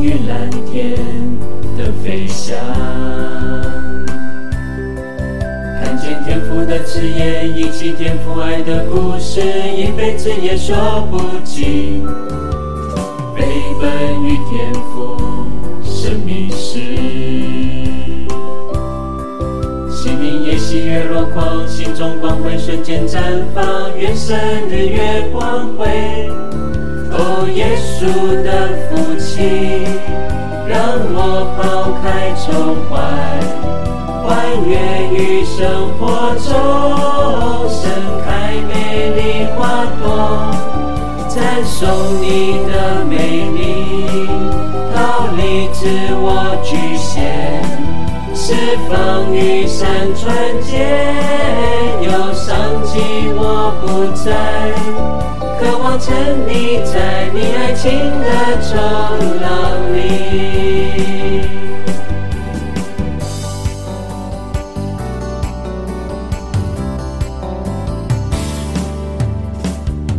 与蓝天的飞翔。看见天赋的枝叶，一起天赋爱的故事，一辈子也说不尽。飞奔与天赋，生命是。心灵也喜悦落空，心中光辉瞬间绽放，愿生日月光辉。哦，耶稣的福气，让我抛开愁怀，欢悦于生活中，盛开美丽花朵，赞颂你的美丽，逃离自我局限。释放雨伞穿间，忧伤寂寞不再，渴望沉溺在你爱情的冲浪里。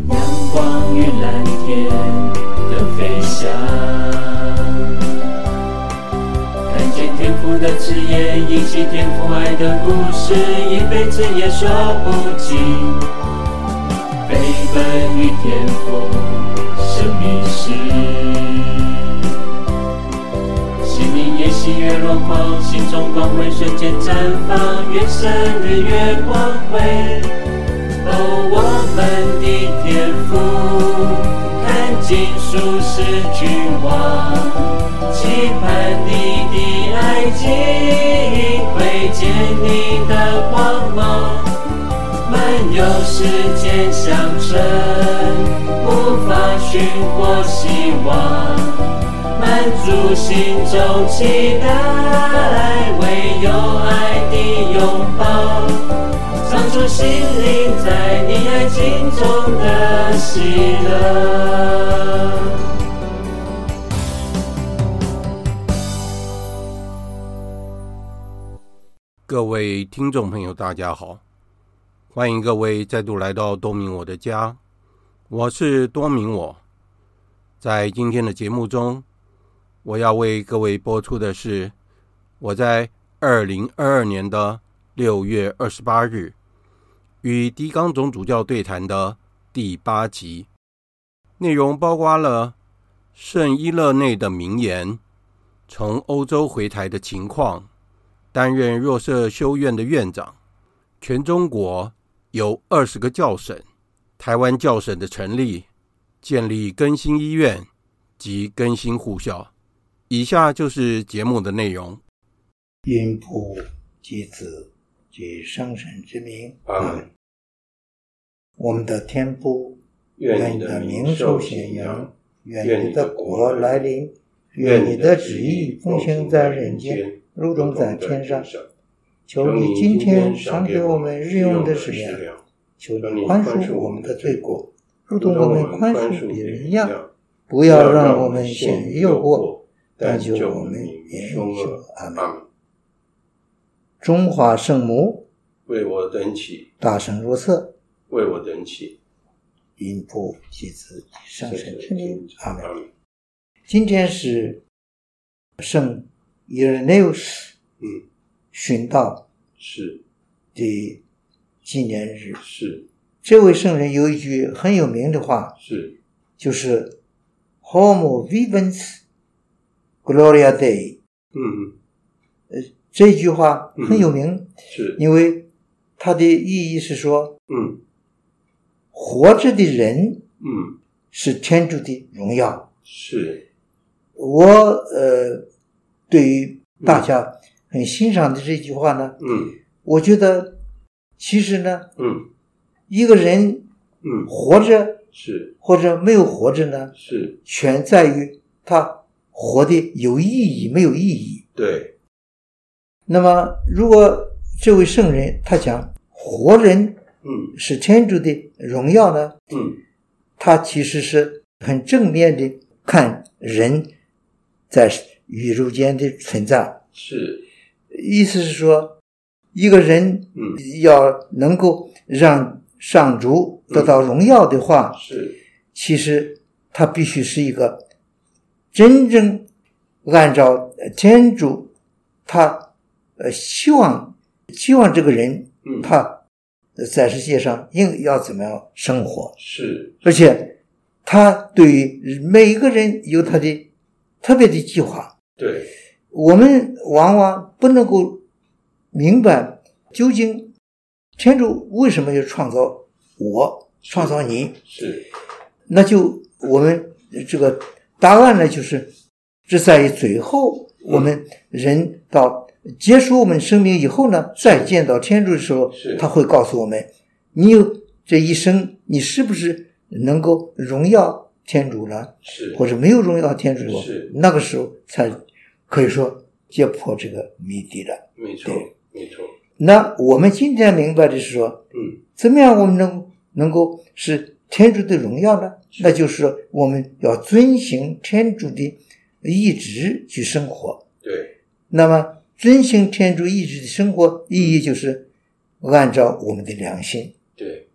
阳光与蓝天的飞翔。看见天赋的枝叶，一起天赋爱的故事，一辈子也说不尽。飞奔与天赋，生命是。心灵也喜悦落空，心中光辉瞬间绽放，愿生日月光辉。哦，我们的天赋，看尽数是君王，期盼你的爱情会见你的光芒，漫游世间象征，无法寻获希望，满足心中期待，唯有爱的拥抱。唱出心灵在你爱情中的喜乐。各位听众朋友，大家好，欢迎各位再度来到多明我的家，我是多明我。在今天的节目中，我要为各位播出的是我在二零二二年的六月二十八日与狄刚总主教对谈的第八集，内容包括了圣伊勒内的名言、从欧洲回台的情况。担任若瑟修院的院长。全中国有二十个教省，台湾教省的成立，建立更新医院及更新护校。以下就是节目的内容。因父及子及圣神之名，阿嗯我们的天父，愿你你的名名受受显显扬扬，，愿愿你你的的国国来来临，愿愿你你的的旨旨意意奉奉行行在在人人间间，如如同同在在天天上上。。求你今今天天赏赏给给我我们们日日用用的的食食粮，粮，求求你你宽宽恕恕我我们们的的罪罪过过，如如同同我我们们宽宽恕恕别别人人一一样，样，不不要要让让我我们们陷陷于于诱诱惑。惑，但救我们免于凶恶。阿阿门门。中华圣母，为我等起，大圣若瑟，为我等起，因父及子及圣神之名，阿阿门。门。今天是圣伊勒六世嗯，殉道是的纪念日。是这位圣人有一句很有名的话，是就是 “Homo vivens gloria Dei”。嗯这句话很有名，是因为它的意义是说，嗯活着的人嗯是天主的荣耀。是我呃，对于大家很欣赏的这句话呢，嗯我觉得其实呢，嗯一个人嗯活着是或者没有活着呢，是全在于他活的有意义没有意义。对那么，如果这位圣人他讲活人嗯是天主的荣耀呢，嗯他其实是很正面的看人在宇宙间的存在，是意思是说，一个人嗯要能够让上主得嗯到荣耀的话，是其实他必须是一个真正按照呃天主他呃希望希望这个人嗯，他在世界上应要怎么样生活，是而且他对于每一个人有他的特别的计划。对，我们往往不能够明白究竟天主为什么要创造我，创造你，是那就我们这个答案呢，就是这在于最后嗯我们人到结束我们生命以后呢，再见到天主的时候是，他会告诉我们，你有这一生，你是不是能够荣耀天主了，是，或者没有荣耀天主是？那个时候才可以说揭破这个谜底了。没错对没错，那我们今天明白的是说，嗯，怎么样我们能能够使天主的荣耀呢？那就是我们要遵行天主的意志去生活。对，那么，遵行天主意志的生活意义就是按照我们的良心，对，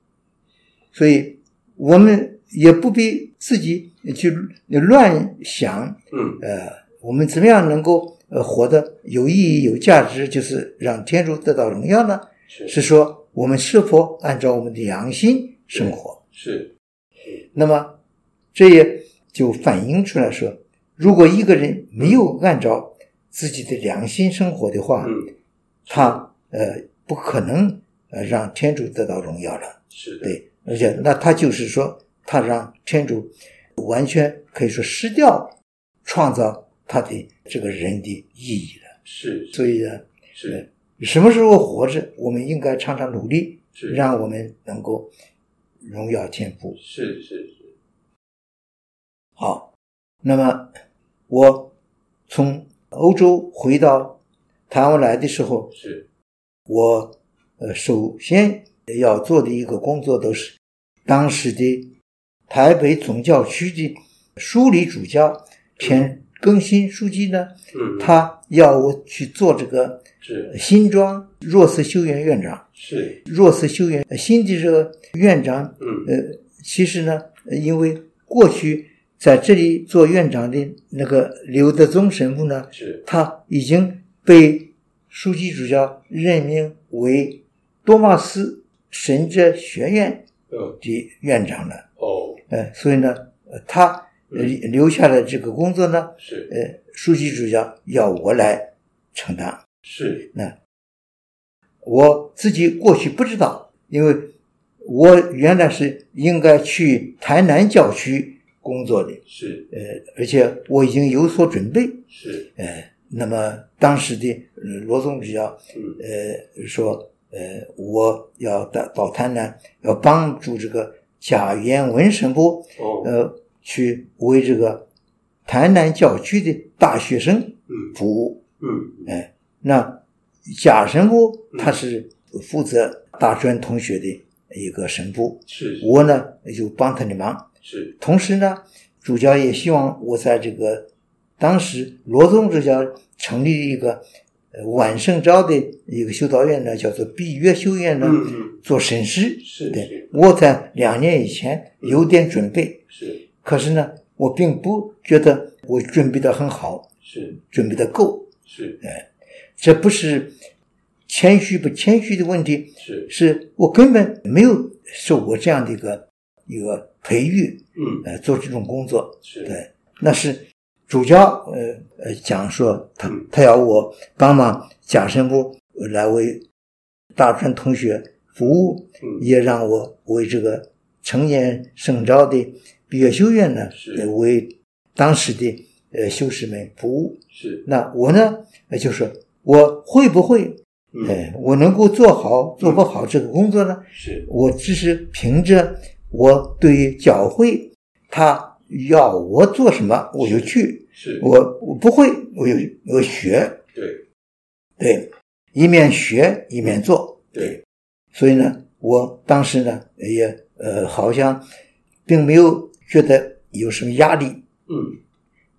所以我们也不必自己去乱想，嗯，呃，我们怎么样能够呃活得有意义、有价值，就是让天主得到荣耀呢？是是说我们是否按照我们的良心生活？是，那么，这也就反映出来说，如果一个人没有按照自己的良心生活的话，嗯，他呃不可能呃让天主得到荣耀了。是的，对，而且那他就是说，他让天主完全可以说失掉创造他的这个人的意义了。是所以呢，呃是什么时候活着，我们应该常常努力，是让我们能够荣耀天父。是是是，好，那么我从欧洲回到台湾来的时候，是我呃首先要做的一个工作都是当时的台北总教区的书理主教田更新书记呢，嗯，他要我去做这个是新庄弱势修院院长，是，弱势修院呃新的这个院长嗯，呃，其实呢，呃因为过去在这里做院长的那个刘德宗神父呢，是他已经被书记主教任命为多马斯神哲学院嗯，的院长了。哦，呃，所以呢，呃他呃嗯留下的这个工作呢，是呃，书记主教要我来承担。是我自己过去不知道，因为我原来是应该去台南教区工作的，是呃，而且我已经有所准备。呃是，那么当时的、呃罗总主教，嗯，呃，说，呃，我要到到台南，要帮助这个贾元文神父，哦，呃，去为这个台南教区的大学生嗯服务。嗯，那贾神父他是负责大专同学的一个神父，是我呢就帮他的忙。是同时呢，主教也希望我在这个当时罗宗主教成立了一个呃晚圣朝的一个修道院呢，叫做闭月修院呢，嗯嗯做神师。是对是，我在两年以前有点准备，是可是呢，我并不觉得我准备的很好，是准备的够。是这不是谦虚不谦虚的问题，是，是我根本没有受过这样的一个一个培育，嗯呃，做这种工作，是对，那是主教呃呃讲说他嗯他要我帮忙贾神父来为大川同学服务，嗯也让我为这个成年圣招的毕业修院呢是，呃为当时的呃修士们服务，是，那我呢，呃就是我会不会，嗯哎，我能够做好做不好这个工作呢？是我只是凭着我对于教会他要我做什么，我就去；是，我我不会，我就我学，对对，一面学一面做。对所以呢，我当时呢也呃好像并没有觉得有什么压力，嗯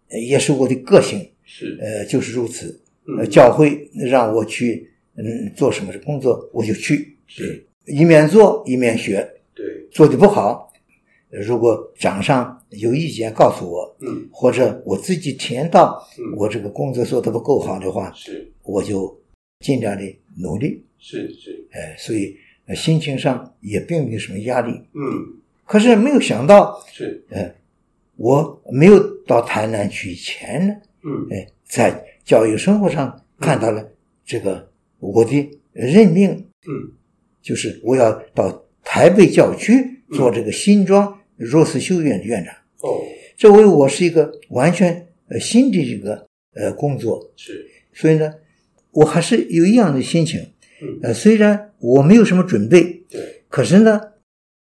呃也是我的个性，是呃就是如此。呃，嗯教会让我去，嗯，做什么工作我就去，是一面做一面学，对做的不好，如果掌上有意见告诉我，嗯或者我自己体验到嗯我这个工作做得不够好的话，是我就尽量的努力。是是，哎、所以、呃心情上也并没有什么压力。嗯可是没有想到，是我没有到台南去以前呢，嗯哎，在教育生活上看到了这个我的任命，嗯就是我要到台北教区做这个新庄弱势修院的院长。哦这为我是一个完全呃新的这个呃工作，是所以呢，我还是有一样的心情。嗯呃，虽然我没有什么准备，对可是呢，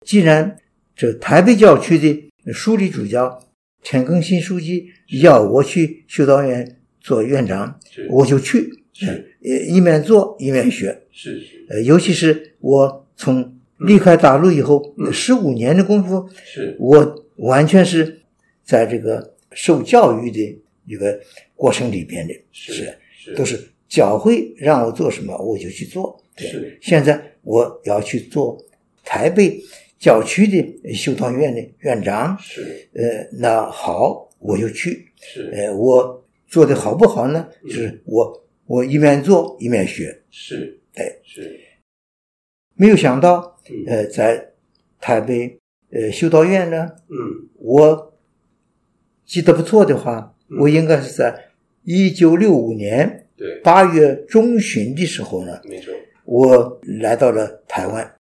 既然这台北教区的书理主教田更新书记要我去修道院做院长，是我就去，是呃，一面做一面学。是是呃，尤其是我从离开大陆以后嗯十五年的功夫，是我完全是在这个受教育的一个过程里边的，是是都是教会让我做什么我就去做。是现在我要去做台北教区的修道院的院长，是呃，那好，我就去。是呃，我做的好不好呢？嗯就是我我一面做一面学，是哎是没有想到，嗯呃，在台北呃修道院呢，嗯我记得不错的话，嗯我应该是在一九六五年对八月中旬的时候呢，没错我来到了台湾。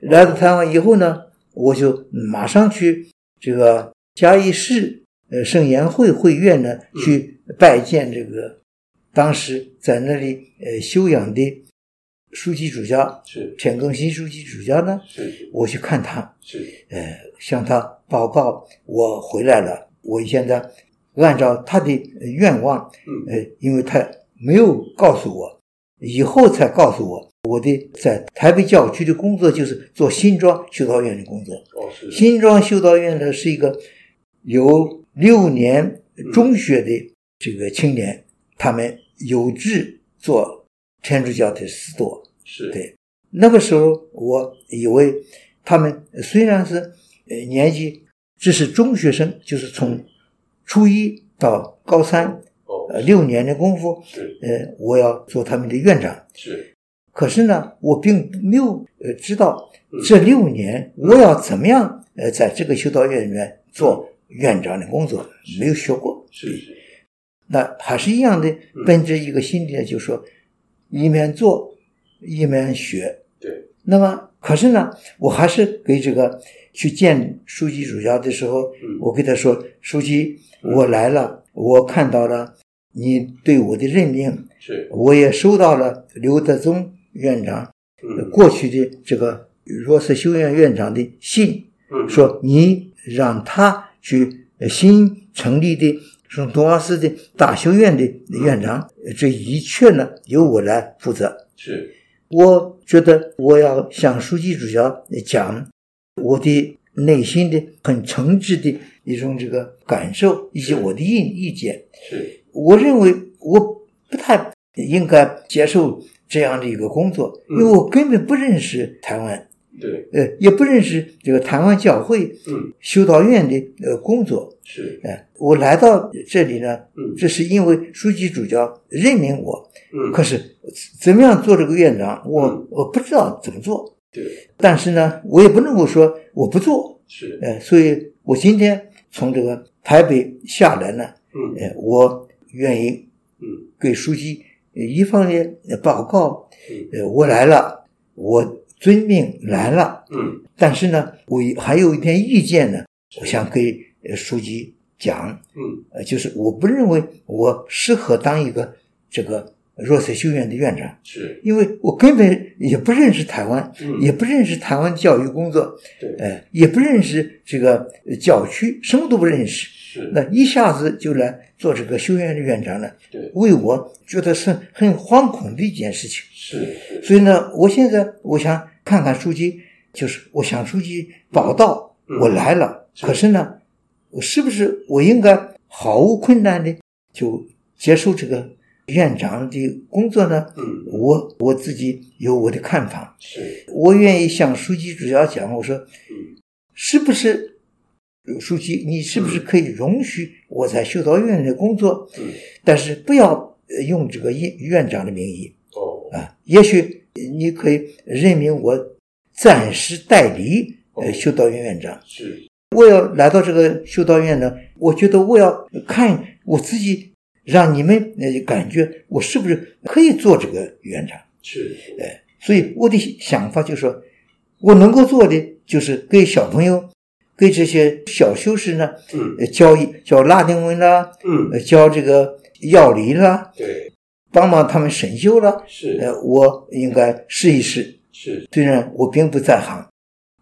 来到台湾以后呢，我就马上去这个嘉义市呃圣言会会院呢嗯去拜见这个当时在那里呃休养的书记主教是田更新书记主教呢，是是我去看他，是呃，向他报告我回来了，我现在按照他的呃愿望嗯呃，因为他没有告诉我，以后才告诉我，我的在台北教区的工作就是做新庄修道院的工作。哦是新庄修道院呢是一个有六年中学的这个青年，他们有志做天主教的司铎。是对那个时候，我以为他们虽然是呃年纪只是中学生，就是从初一到高三哦呃六年的功夫，是呃，我要做他们的院长。是可是呢，我并没有呃知道嗯这六年我要怎么样呃在这个修道院里面做院长的工作，没有学过。是是那还是一样的，嗯奔着一个心理呢，就说一面做一面学。对那么，可是呢，我还是给这个去见书记主教的时候，嗯我跟他说：“书记，嗯我来了，我看到了你对我的任命，是我也收到了刘德宗院长嗯过去的这个弱势修院院长的信，嗯说你让他去呃新成立的圣托马斯的大修院的院长，呃这一切呢由我来负责。”是我觉得我要向书记主教讲我的内心的很诚挚的一种这个感受，以及我的意意见。是我认为我不太应该接受这样的一个工作，因嗯为我根本不认识台湾，对呃，也不认识这个台湾教会嗯修道院的呃工作。是呃，我来到这里呢，嗯这是因为书记主教任命我，嗯可是怎么样做这个院长，我嗯我不知道怎么做，对但是呢，我也不能够说我不做，是呃，所以我今天从这个台北下来呢，嗯呃，我愿意嗯给书记呃一方面呃报告，嗯呃，我来了，我遵命来了，嗯但是呢，我还有一点意见呢，我想给呃书记讲，嗯呃，就是我不认为我适合当一个这个弱势修院的院长。是因为我根本也不认识台湾，嗯也不认识台湾教育工作，对呃，也不认识这个呃教区，什么都不认识。是那一下子就来做这个修院的院长呢，对为我觉得是很惶恐的一件事情。是是所以呢，我现在我想看看书记，就是我想书记报道，嗯我来了，是可是呢，我是不是我应该毫无困难的就接受这个院长的工作呢？嗯我我自己有我的看法，是我愿意向书记主教讲，我说嗯是不是书记，你是不是可以容许我在修道院的工作？嗯但是不要呃用这个院院长的名义哦，啊，也许你可以任命我暂时代理呃哦修道院院长。是我要来到这个修道院呢，我觉得我要看我自己，让你们呃感觉我是不是可以做这个院长。呃是，所以我的想法就是说，我能够做的就是给小朋友，给这些小修士呢，嗯呃教一教拉丁文啦，嗯，呃教这个药理啦，对，帮忙他们审修啦。是呃，我应该试一试。是，虽然我并不在行，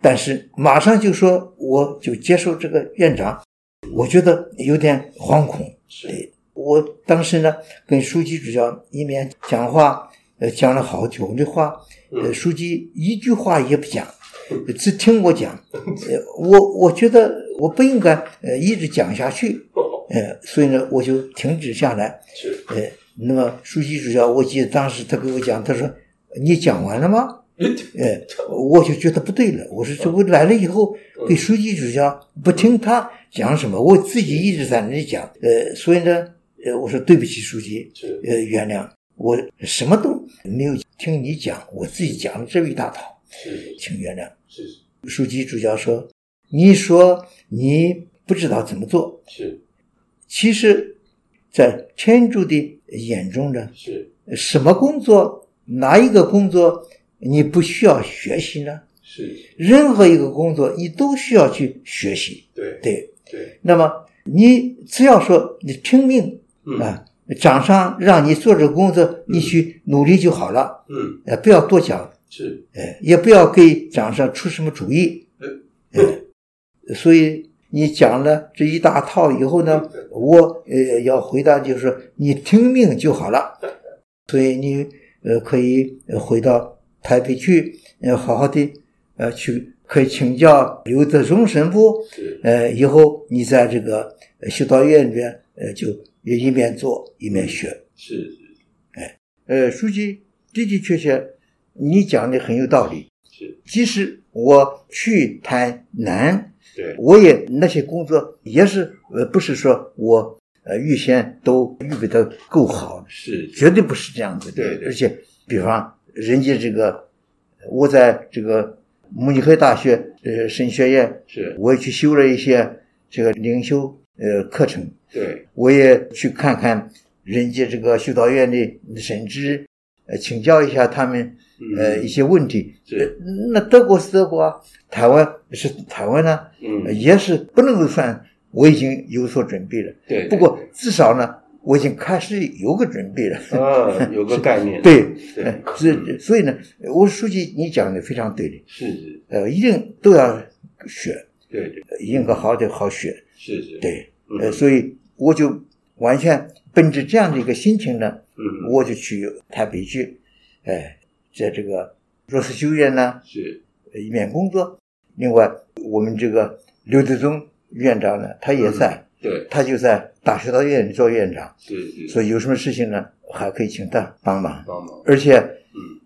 但是马上就说我就接受这个院长，我觉得有点惶恐。是我当时呢跟书记主教一面讲话，呃，讲了好久的话，呃，嗯书记一句话也不讲，呃只听我讲。呃，我我觉得我不应该呃一直讲下去，哦，呃，所以呢我就停止下来。是，呃，那么书记主教，我记得当时他给我讲，他说：“你讲完了吗？”哎，我就觉得不对了。我说这我来了以后，给书记主教不听他讲什么，我自己一直在那里讲。呃，所以呢，呃，我说对不起，书记，是呃，原谅我什么都没有听你讲，我自己讲了这么一大套，是请原谅。是书记主教说：“你说你不知道怎么做，是其实，在天主的眼中呢，是什么工作，哪一个工作你不需要学习呢？”是，任何一个工作，你都需要去学习。对对，对，那么你只要说你拼命嗯啊，掌上让你做这个工作，你去努力就好了，嗯呃，不要多讲，是，呃，也不要给掌上出什么主意。呃，所以你讲了这一大套以后呢，我呃要回答就是说你听命就好了。所以你呃可以呃回到台北去，呃好好的呃去可以请教刘德忠神父，是呃以后你在这个呃修道院里边呃就也一面做一面学。是呃，书记的的确确，你讲的很有道理。是，即使我去台南对，我也那些工作也是呃，不是说我呃预先都预备的够好，是绝对不是这样子的。对对而且比方人家这个，我在这个慕尼黑大学呃神学院，是，我也去修了一些这个灵修呃课程，对，我也去看看人家这个修道院的神职，呃，请教一下他们呃嗯一些问题。是呃那德国是德国啊，台湾是台湾呢、嗯，也是不能够算我已经有所准备了。对，不过至少呢，我已经开始有个准备了。啊，有个概 念，对，对呃所所以呢，我书记你讲的非常对的，是是，呃，一定都要学，对对，呃应该好的好学。是是，，对，呃，嗯所以我就完全奔着这样的一个心情呢，嗯，我就去台北去，哎，在这个若斯修院呢，是一面工作。另外，我们这个刘德忠院长呢，他嗯也在。对，他就在大学道院做院长，是是，所以以有什么事情呢，还可以请他帮忙。帮忙，而且嗯，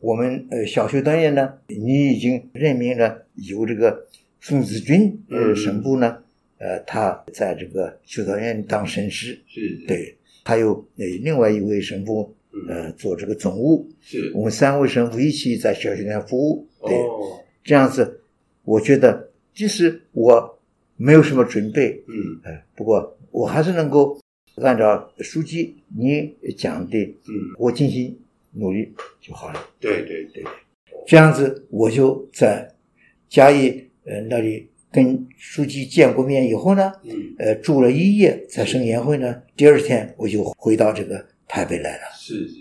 我们呃小学道院呢，你已经任命了由这个宋子君呃嗯神父呢，呃他在这个修道院当神师，是是，，对，还有呃另外一位神父嗯，呃做这个总务，是，我们三位神父一起在小学院服务，对，哦，这样子，我觉得即使我没有什么准备，嗯哎，不过我还是能够按照书记你讲的，嗯，我尽心努力就好了。对对对，这样子，我就在嘉义呃那里跟书记见过面以后呢，嗯，呃，住了一夜，在生研会呢，第二天我就回到这个台北来了，是是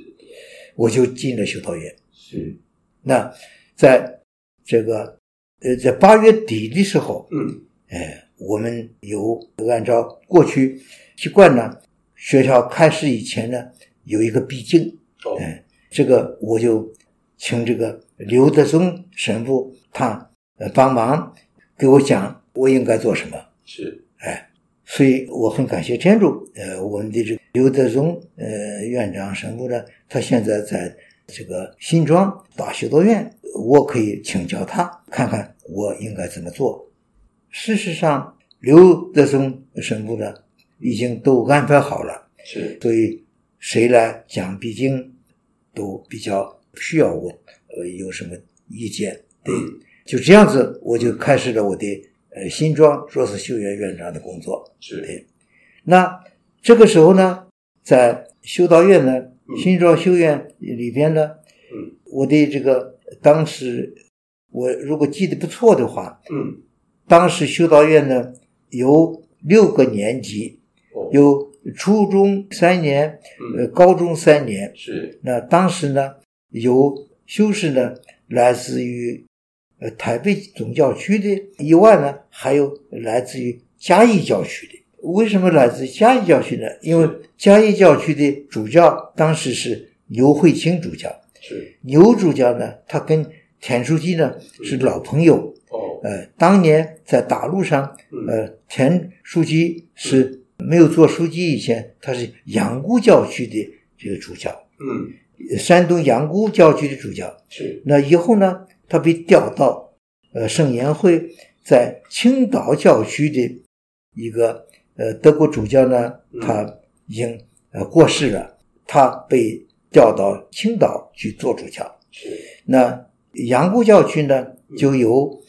我就进了修道院。是，那在这个呃，在八月底的时候，嗯，哎，我们有按照过去习惯呢，学校开始以前呢有一个闭经，哦，哎，这个我就请这个刘德宗神父他呃帮忙给我讲我应该做什么，是，所以我很感谢天主，呃，我们的这个刘德宗呃院长神父呢，他现在在这个新庄大学道院，我可以请教他，看看我应该怎么做。事实上，刘德松神父呢，已经都安排好了，是所以谁来讲必经都比较需要我呃有什么意见，对，就这样子，我就开始了我的呃新庄硕士修院院长的工作。是那这个时候呢，在修道院呢，新庄修院里边呢，嗯我的这个当时我如果记得不错的话，嗯当时修道院呢有六个年级，哦有初中三年，呃，嗯高中三年。是那当时呢，有修士呢，来自于呃台北总教区的以外呢，还有来自于嘉义教区的。为什么来自嘉义教区呢？因为嘉义教区的主教当时是牛慧清主教，是牛主教呢，他跟田书记呢是老朋友，哦呃，当年在打路上，嗯呃，田书记是没有做书记以前，他是阳谷教区的这个主教，嗯呃山东阳谷教区的主教。是那以后呢，他被调到呃圣言会在青岛教区的一个呃德国主教呢，他已经呃过世了，他被调到青岛去做主教。是那阳谷教区呢，就由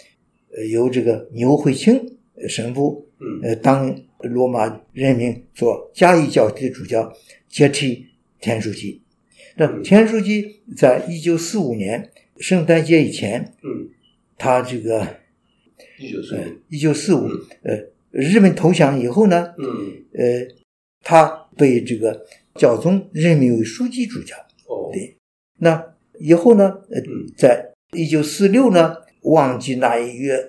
呃由这个牛慧清神父嗯呃当罗马任命做嘉义教区的主教，接替田书记。那嗯田书记在一九四五年圣诞节以前，嗯他这个呃一九四五一九四五嗯呃日本投降以后呢，嗯呃他被这个教宗任命为书记主教。哦对那以后呢，呃嗯，在一九四六呢，忘记哪一月，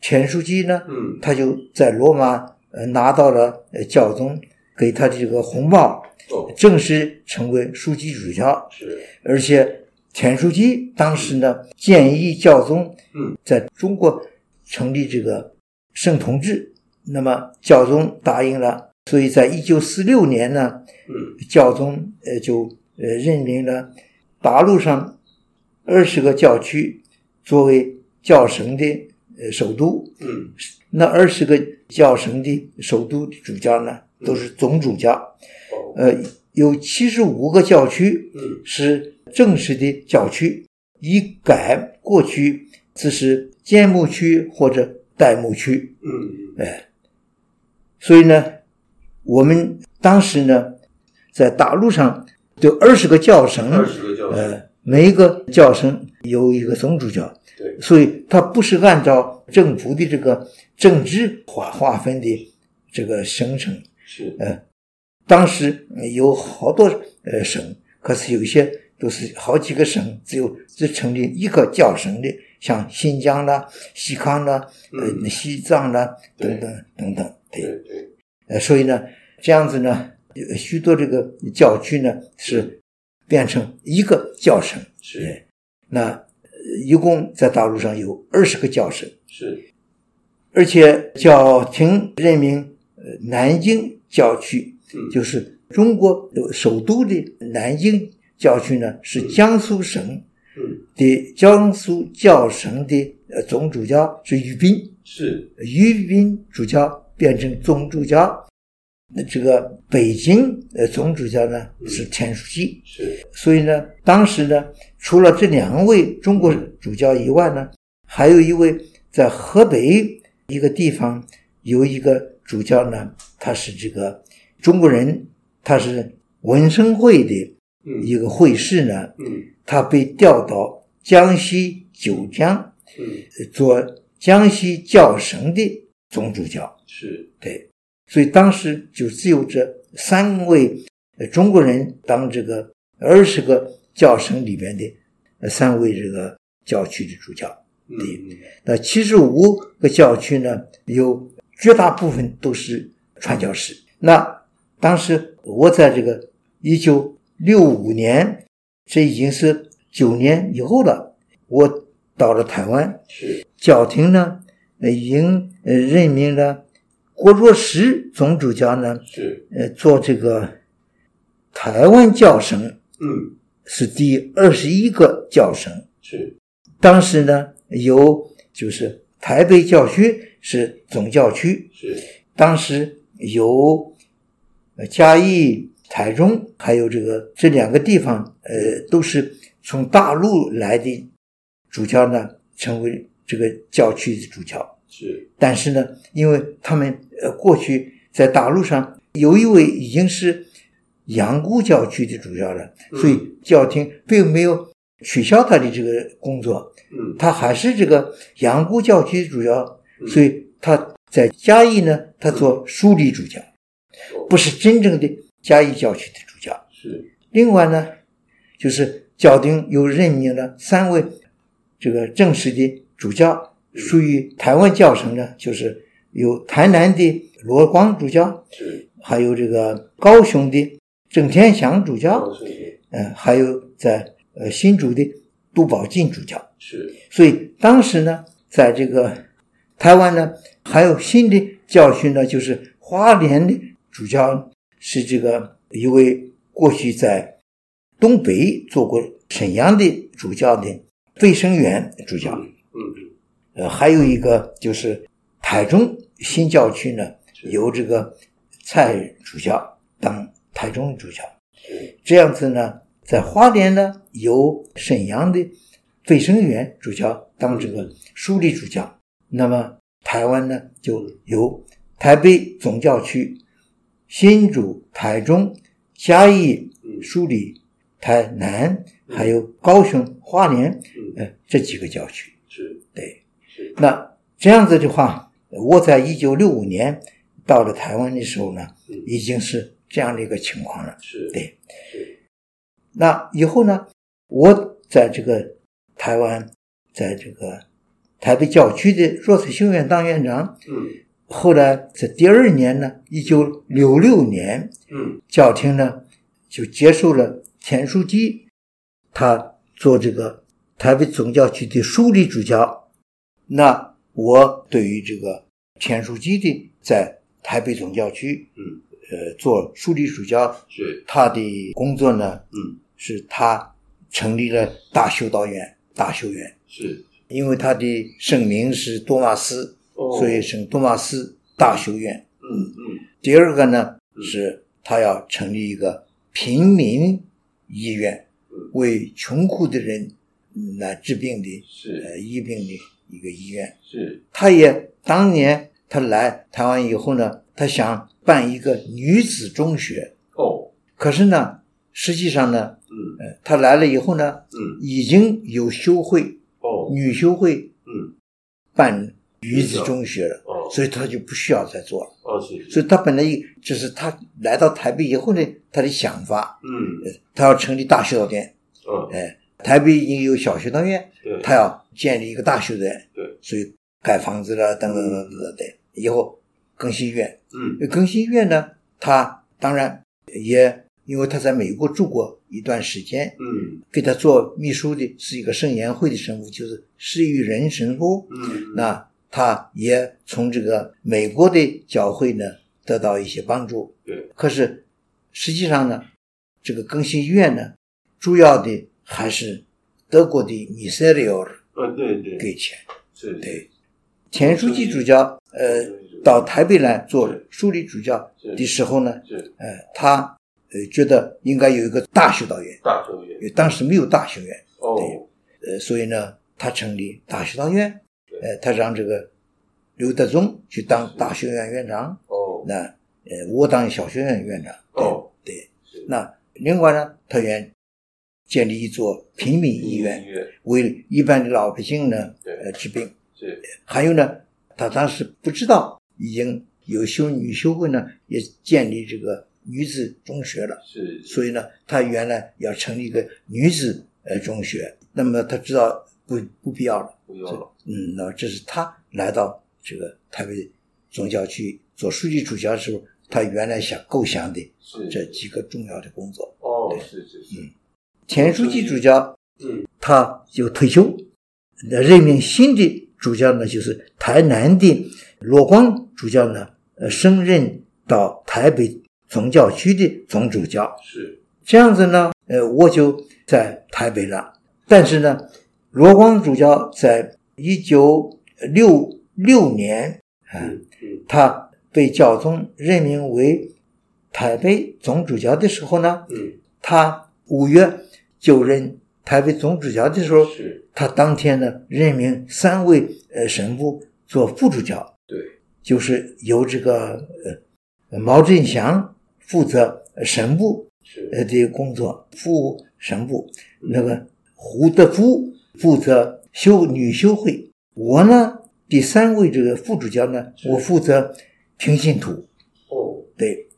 钱书记呢，嗯他就在罗马呃拿到了呃教宗给他的这个红帽，哦正式成为书记主教，是而且钱书记当时呢建议教宗嗯在中国成立这个圣同治，那么教宗答应了，所以在一九四六年呢，嗯教宗呃就呃任命了达路上二十个教区作为教省的呃首都。嗯那二十个教省的首都的主教呢，都是总主教。嗯哦呃，有七十五个教区嗯是正式的教区，以改过去只是建牧区或者代牧区。嗯所以呢，我们当时呢，在大陆上有二十个教省，二十个教授呃，每一个教省有一个总主教，对所以它不是按照政府的这个政治划划分的这个省城。是呃当时呃有好多呃省，可是有一些都是好几个省，只有只成立一个教省的，像新疆啦、西康啦、呃嗯西藏啦对等等等等，对。对对呃，所以呢，这样子呢，有许多这个教区呢是哎变成一个教省。是那呃一共在大陆上有二十个教省，是而且教廷任命呃南京教区，嗯就是中国首都的南京教区呢，是江苏省嗯的江苏教省的呃总主教是于斌。是于斌主教变成总主教，那这个北京呃总主教呢嗯是田书记，是所以呢，当时呢，除了这两位中国主教以外呢，还有一位在河北一个地方有一个主教呢，他是这个中国人，他是文生会的嗯一个会士呢，嗯他被调到江西九江嗯呃做江西教省的总主教。是对，所以当时就只有这三位呃中国人当这个二十个教省里边的呃三位这个教区的主教。嗯那七十五个教区呢，有绝大部分都是传教士。那当时我在这个一九六五年，这已经是九年以后了，我到了台湾，是教廷呢，呃，已经呃任命了郭若石总主教呢，是呃，做这个台湾教省嗯是第二十一个教省。是当时呢，由就是台北教区是总教区，是当时由呃嘉义、台中，还有这个这两个地方，呃，都是从大陆来的主教呢，成为这个教区的主教。是但是呢，因为他们呃过去在大陆上有一位已经是洋姑教区的主教了，嗯所以教廷并没有取消他的这个工作，嗯他还是这个洋姑教区的主教，嗯所以他在嘉义呢，他做书理主教，不是真正的嘉义教区的主教。是另外呢，就是教廷又任命了三位这个正式的主教，属于台湾教省呢，就是有台南的罗光主教，是还有这个高雄的郑天祥主高教，顺爷嗯、还有在呃新竹的杜宝进主教。是所以当时呢，在这个台湾呢，还有新的教训呢，就是花莲的主教是这个一位过去在东北做过沈阳的主教的卫生员主教，嗯呃，还有一个就是台中新教区呢，是由这个蔡主教当台中主教是，这样子呢，在花莲呢由沈阳的卫生员主教当这嗯个书理主教，那么台湾呢就由台北总教区、新竹、台中、嘉义、嗯梳理、台南，还有高雄、花莲，嗯呃，这几个教区。是对是那这样子的话，我在一九六五年到了台湾的时候呢嗯，已经是这样的一个情况了。是对是那以后呢，我在这个台湾，在这个台北教区的弱水修院当院长，嗯后来在第二年呢，一九六六年，嗯教廷呢就接受了田书记，他做这个台北总教区的书理主教。那我对于这个田书记的在台北总教区，嗯呃，做书理主教，是他的工作呢，嗯是他成立了大修道院，大修院，是因为他的圣名是多马斯，哦所以圣多马斯大修院。嗯嗯第二个呢嗯是他要成立一个平民医院嗯，为穷苦的人嗯来治病的是呃医病的一个医院。是他也当年他来台湾以后呢，他想办一个女子中学，哦可是呢，实际上呢，嗯呃他来了以后呢，嗯已经有修会哦女修会嗯办女子中学了，哦所以他就不需要再做了。哦是所以他本来这是他来到台北以后呢，他的想法，嗯他要成立大修道院。嗯哎，台北已经有小修道院，对他要建立一个大修道院。对，所以盖房子了，等等等等等等。以后更新院，嗯更新院呢，他当然也因为他在美国住过一段时间，嗯给他做秘书的是一个圣言会的神父，就是施育仁神父。嗯那他也从这个美国的教会呢得到一些帮助。对，可是实际上呢，这个更新医院呢，主要的还是德国的 m i s e r i o 嗯对对给钱。是对，钱书记主教呃到台北来做书理主教的时候呢，是呃，他呃觉得应该有一个大修道院，大球员因为当时没有大修院。哦呃，所以呢，他成立大学堂院对，呃，他让这个刘德宗去当大学院院长，哦那呃，我当小学院院长。哦对，那另外呢，他愿建立一座平民医院，为一般的老百姓呢，对呃，治病。是还有呢，他当时不知道已经有修女修会呢，也建立这个女子中学了。是所以呢，他原来要成立一个女子呃中学，那么他知道不不必要了，不用了嗯，那这是他来到这个台北总教区做书记主教的时候，他原来想构想的是这几个重要的工作。哦是是是前书记主教，嗯，他就退休，那任命新的主教呢，就是台南的罗光主教呢，呃，升任到台北总教区的总主教。是这样子呢，呃，我就在台北了。但是呢，罗光主教在一九六六年嗯嗯，他被教宗任命为台北总主教的时候呢，嗯，他五月就任台北总主教的嗯时候，是，他当天呢任命三位呃神父做副主教，对，就是由这个呃毛振祥负责呃神部是，呃这个工作，副神部那个胡德夫负责修女修会，我呢第三位这个副主教呢，是我负责平信徒，哦，对，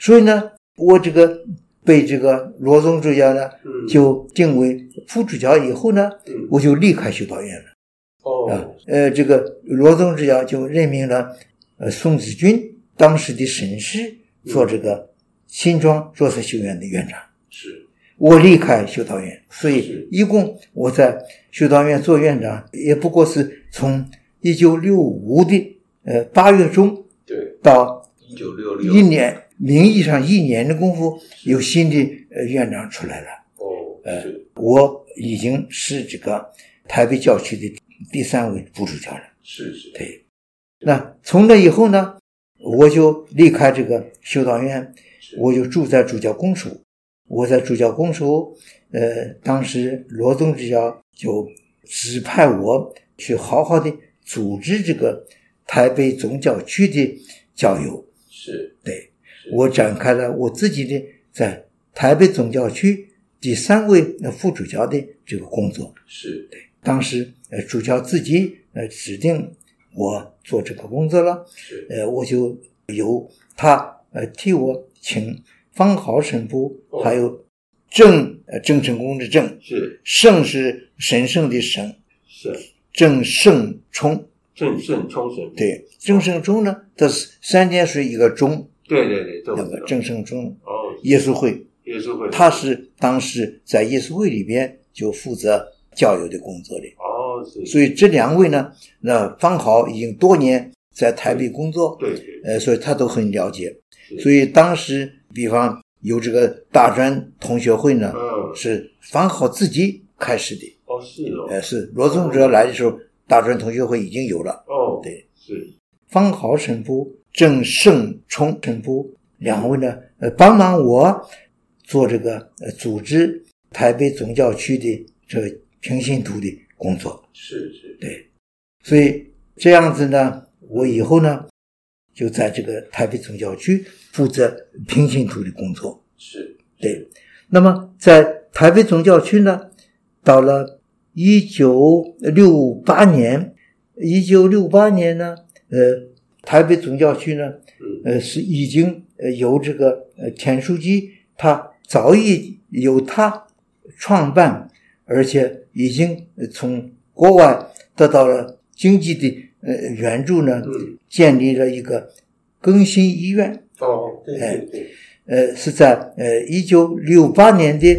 所以呢我这个被这个罗宗主教呢嗯，就定为副主教以后呢，嗯，我就离开修道院了。啊哦，，呃，这个罗宗之尧就任命了呃宋子君当时的沈师做这个新庄弱色修院的院长。是，我离开修道院，所是以一共我在修道院做院长，也不过是从一九六五的呃八月中对，到一九六六一，年，名义上一年的功夫，有新的呃院长出来了。哦，是，我已经是这个台北教区的第三位副主教了。是是，对，那从那以后呢，我就离开这个修道院，是，我就住在主教公署。我在主教公署，呃，当时罗宗主教就指派我去好好的组织这个台北总教区的教友。是，对我展开了我自己的在台北总教区第三位呃副主教的这个工作。是，对，当时呃主教自己呃指定我做这个工作了，是，呃我就由他呃替我请方豪神父哦，还有郑呃郑成功的郑，是，圣是神圣的圣，是，郑圣冲。正胜冲绳，，对，郑圣冲呢，它是三点水一个钟，对对对，这那么个郑圣冲哦，耶稣会。耶稣会，他是当时在耶稣会里边就负责教友的工作的，哦，是，所以这两位呢，那方豪已经多年在台北工作，对对，呃，所以他都很了解是。所以当时，比方有这个大专同学会呢，嗯，是方豪自己开始的，哦，是哦，呃，是罗宗哲来的时候，大专同学会已经有了。哦，对，是，方豪神父、郑胜冲神父两位呢，呃，帮忙我做这个呃组织台北总教区的这个平信徒的工作，是是，所以这样子呢，我以后呢就在这个台北总教区负责平信徒的工作。是，对，那么在台北总教区呢，到了一九六八年，一九六八年呢，呃，台北总教区呢，嗯，呃，是已经呃由这个呃田书记他早已由他创办，而且已经呃从国外得到了经济的呃援助呢，嗯建立了一个更新医院。哦，对哎对对，呃，是在呃一九六八年的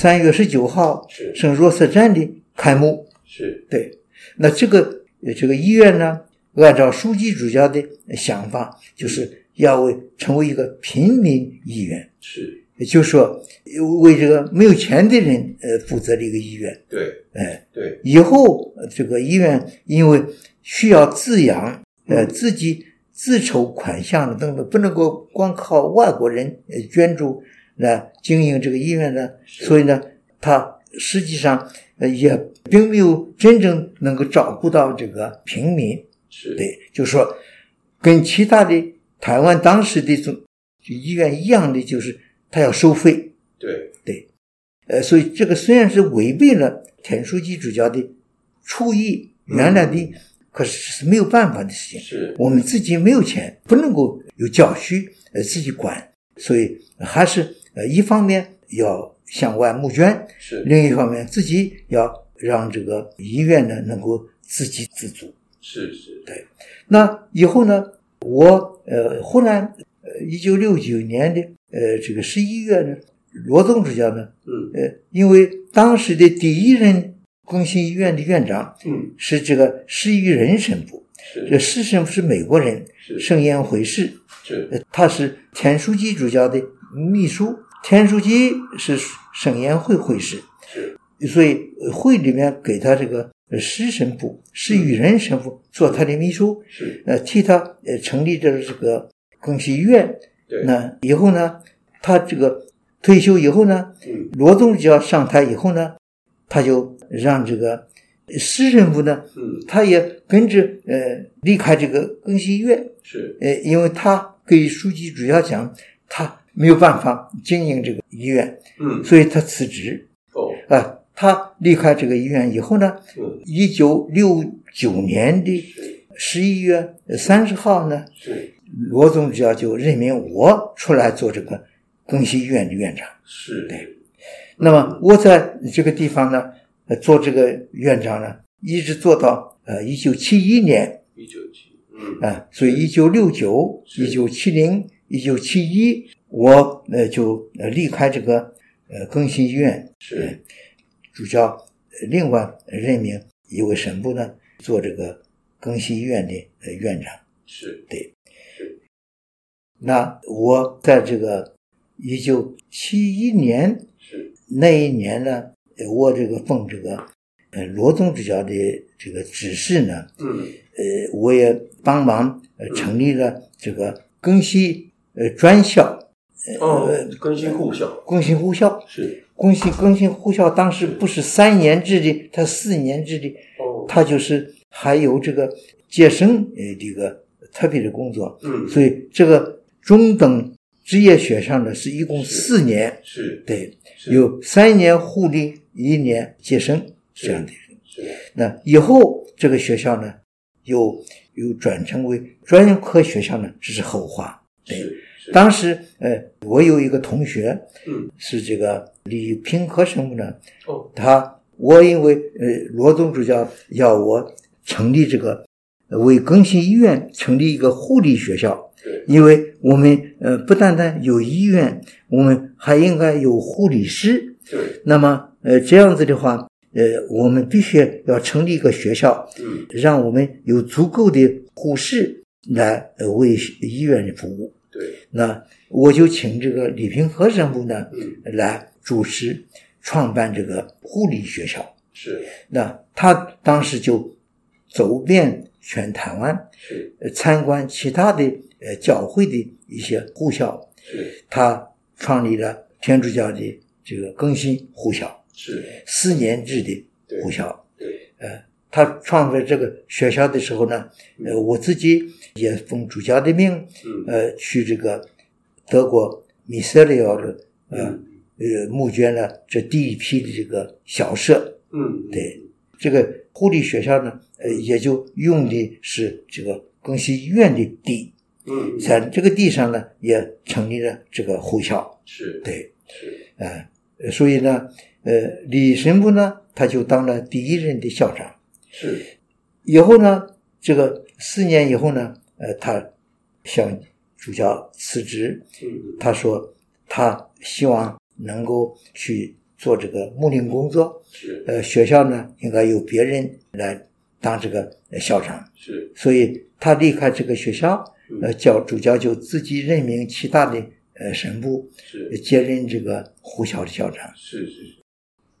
三月十九号是圣若瑟站的开幕。是，对，那这个呃这个医院呢，按照书记主教的想法，就是要为成为一个平民医院，是，也就是说为这个没有钱的人呃负责的一个医院。对哎，对，以后呃这个医院因为需要自养，呃，自己自筹款项等等，不能够光靠外国人呃捐助来经营这个医院呢，是所以呢，他实际上呃也并没有真正能够照顾到这个平民，是，对，就是说跟其他的台湾当时的这种医院一样的，就是他要收费，对，呃，所以这个虽然是违背了田书记主教的初意，原来的，可是是没有办法的事情。是，我们自己没有钱，不能够有教区呃自己管，所以还是呃一方面要向外募捐，是，另一方面自己要让这个医院呢能够自给自足。是是，那以后呢，我呃忽然呃一九六九年的呃这个十一月呢，罗宗主教呢嗯呃，因为当时的第一任更新医院的院长嗯，是这个施玉仁神父，这是施神父是美国人，是盛烟回士，是，呃他是田书记主教的秘书，田书记是盛烟会会士，是所以呃会里面给他这个呃师神父，是与人神父做他的秘书，是，呃，替他呃成立的这个更新医院。对，那以后呢，他这个退休以后呢，嗯罗宗只要上台以后呢，他就让这个师神父呢，嗯他也跟着呃离开这个更新医院，是，呃，因为他给书记主要讲，他没有办法经营这个医院，嗯所以他辞职哦，啊、他离开这个医院以后呢，嗯一九六九年的是十一月三十号呢，是罗总主要就任命我出来做这个更新医院的院长。是，对那么我在这个地方呢，呃做这个院长呢，一直做到呃一九七一年一九七，嗯啊、所以一九六九、一九七零、一九七一，我呃就呃离开这个呃更新医院，是主教呃另外任命一位神父呢做这个更新医院的呃院长。是那我在这个一九七一年是那一年呢，呃我这个奉这个呃罗宗主教的这个指示呢，嗯呃，我也帮忙呃成立了这个更新呃专校，哦，更新互校更新护校，是更新更新护校当时不是三年制的，它四年制的，哦，它就是还有这个接生呃这个特别的工作，嗯所以这个中等职业学上呢是一共四年，是对，是有三年护理，一年接生是这样的。是那以后这个学校呢，又又转成为专科学校呢，这是后话。是是当时，呃，我有一个同学嗯是这个李平和神父呢，哦他我因为呃罗宗主教要我成立这个呃为更新医院成立一个护理学校，对因为我们呃不单单有医院，我们还应该有护理师。对那么呃这样子的话，呃我们必须要成立一个学校，嗯让我们有足够的护士来呃为医院服务。对那我就请这个李平和神父呢嗯来主持创办这个护理学校。是那他当时就走遍全台湾，是呃参观其他的呃教会的一些护校，是他创立了天主教的这个更新护校，是四年制的护校。对他创办这个学校的时候呢，呃，我自己也奉主教的命，嗯呃，去这个德国米塞里奥的呃嗯呃募捐了这第一批的这个小社，嗯对，这个护理学校呢，呃，也就用的是这个更新医院的地，嗯在这个地上呢，也成立了这个护校。是对，是啊、呃，所以呢，呃，李神父呢，他就当了第一任的校长。是以后呢，这个四年以后呢，呃，他向主教辞职，嗯他说他希望能够去做这个牧灵工作。是呃，学校呢应该由别人来当这个呃校长，是所以他离开这个学校，嗯呃，教主教就自己任命其他的呃神父是呃接任这个护校的校长。是是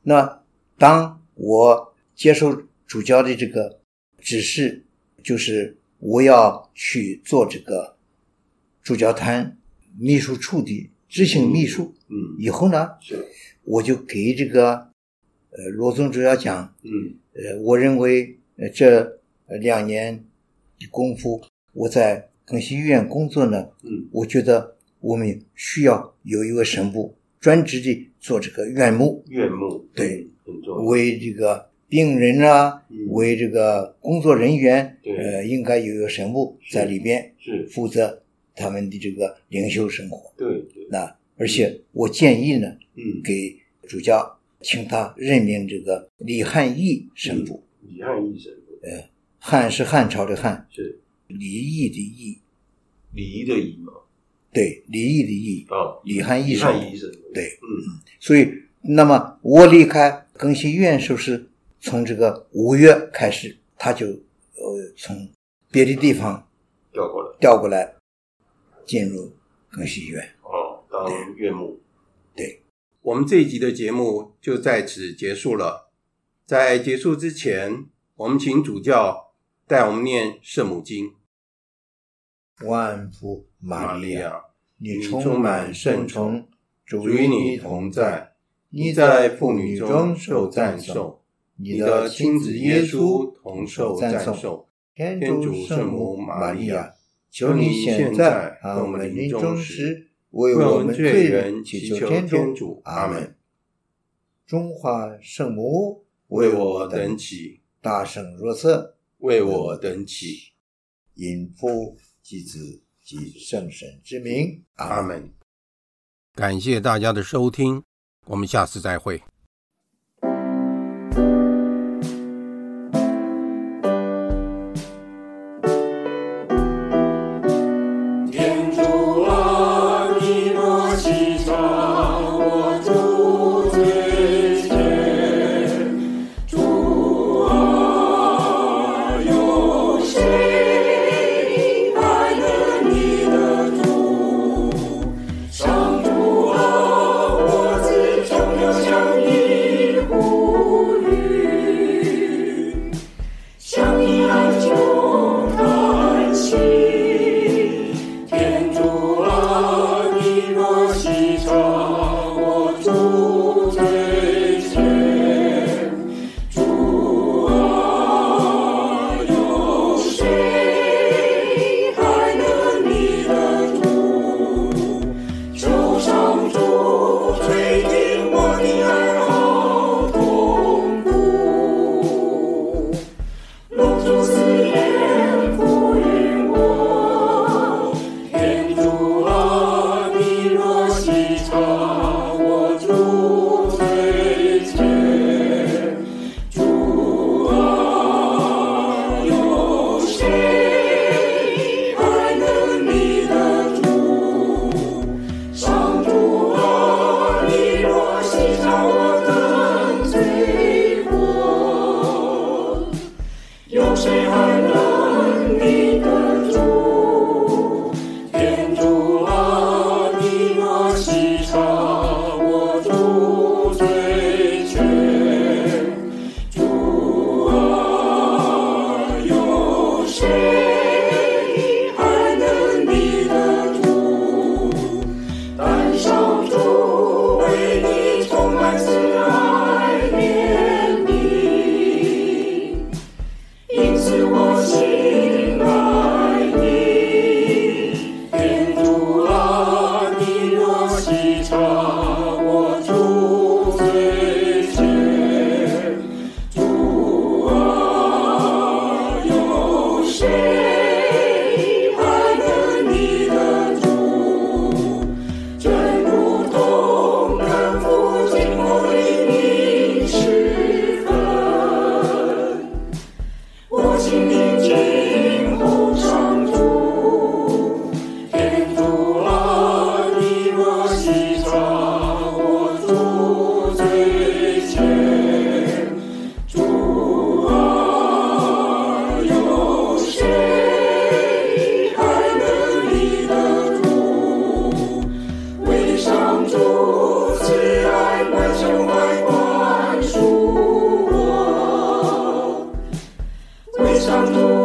那当我接受主教的这个指示，就是我要去做这个主教团秘书处的执行秘书嗯以后呢，是我就给这个呃罗宗主教讲。嗯呃，我认为呃这呃两年的功夫，我在更新医院工作呢，嗯我觉得我们需要有一位神父专职的做这个院牧，院牧对很重要为这个病人啊嗯，为这个工作人员，对呃，应该有一个神父在里边是负责他们的这个灵修生活。对对那而且我建议呢，嗯给主教请他任命这个李汉义神父。李汉医生汉是汉朝的汉，是李毅的毅，礼仪的仪嘛对，李毅的毅，啊李汉义李生。汉医生对，嗯所以，那么我离开更新医院时候是从这个五月开始，他就呃从别的地方调过来调过来，进入更新医院。哦当院牧我们这一集的节目就在此结束了。在结束之前，我们请主教带我们念圣母经。万福玛利亚，亚，你你充充满满圣宠圣宠，主与与你你同同在在，，你你在在妇妇女女中中受受赞赞颂颂，你你的的亲亲子子耶耶稣稣同同受受赞赞颂颂。天天主主圣圣母母玛玛利利亚亚，求求你你现现在在和和我我们们临临终终时时，为为我我们们罪罪人人祈祈求求天天主主。阿阿门门。中华圣母，为我等起，大圣若瑟，为我等起，因父及子及圣神之名，阿阿门。门。感谢大家的收听，我们下次再会。天主啊，你若喜察我主罪愆，主啊，有谁爱得你的主？上主啊，我自从要向你呼吁。向你哀求叹息，天主啊，你若细察我主罪愆，主啊，有谁还能你的主？求上主垂听我的哀嚎痛苦。龙主赐言赋予我，天主啊，你若细察我主罪愆，主啊，有谁还能你的主？上主啊，你若细察我的罪过。有谁还能你的主？天主啊，你若细察我主罪愆，主啊，有谁还能你的主？但上主为你充满慈爱怜悯。因此我心爱你，天主啊，你若细察我主罪愆，主啊，有谁还能你的主？正如同甘父今后的你时分。我心定静候上主，天主啊，你若细察我主罪愆，主啊，有谁还能你的主？为上主啊慈爱满胸怀宽恕我。为上主啊啊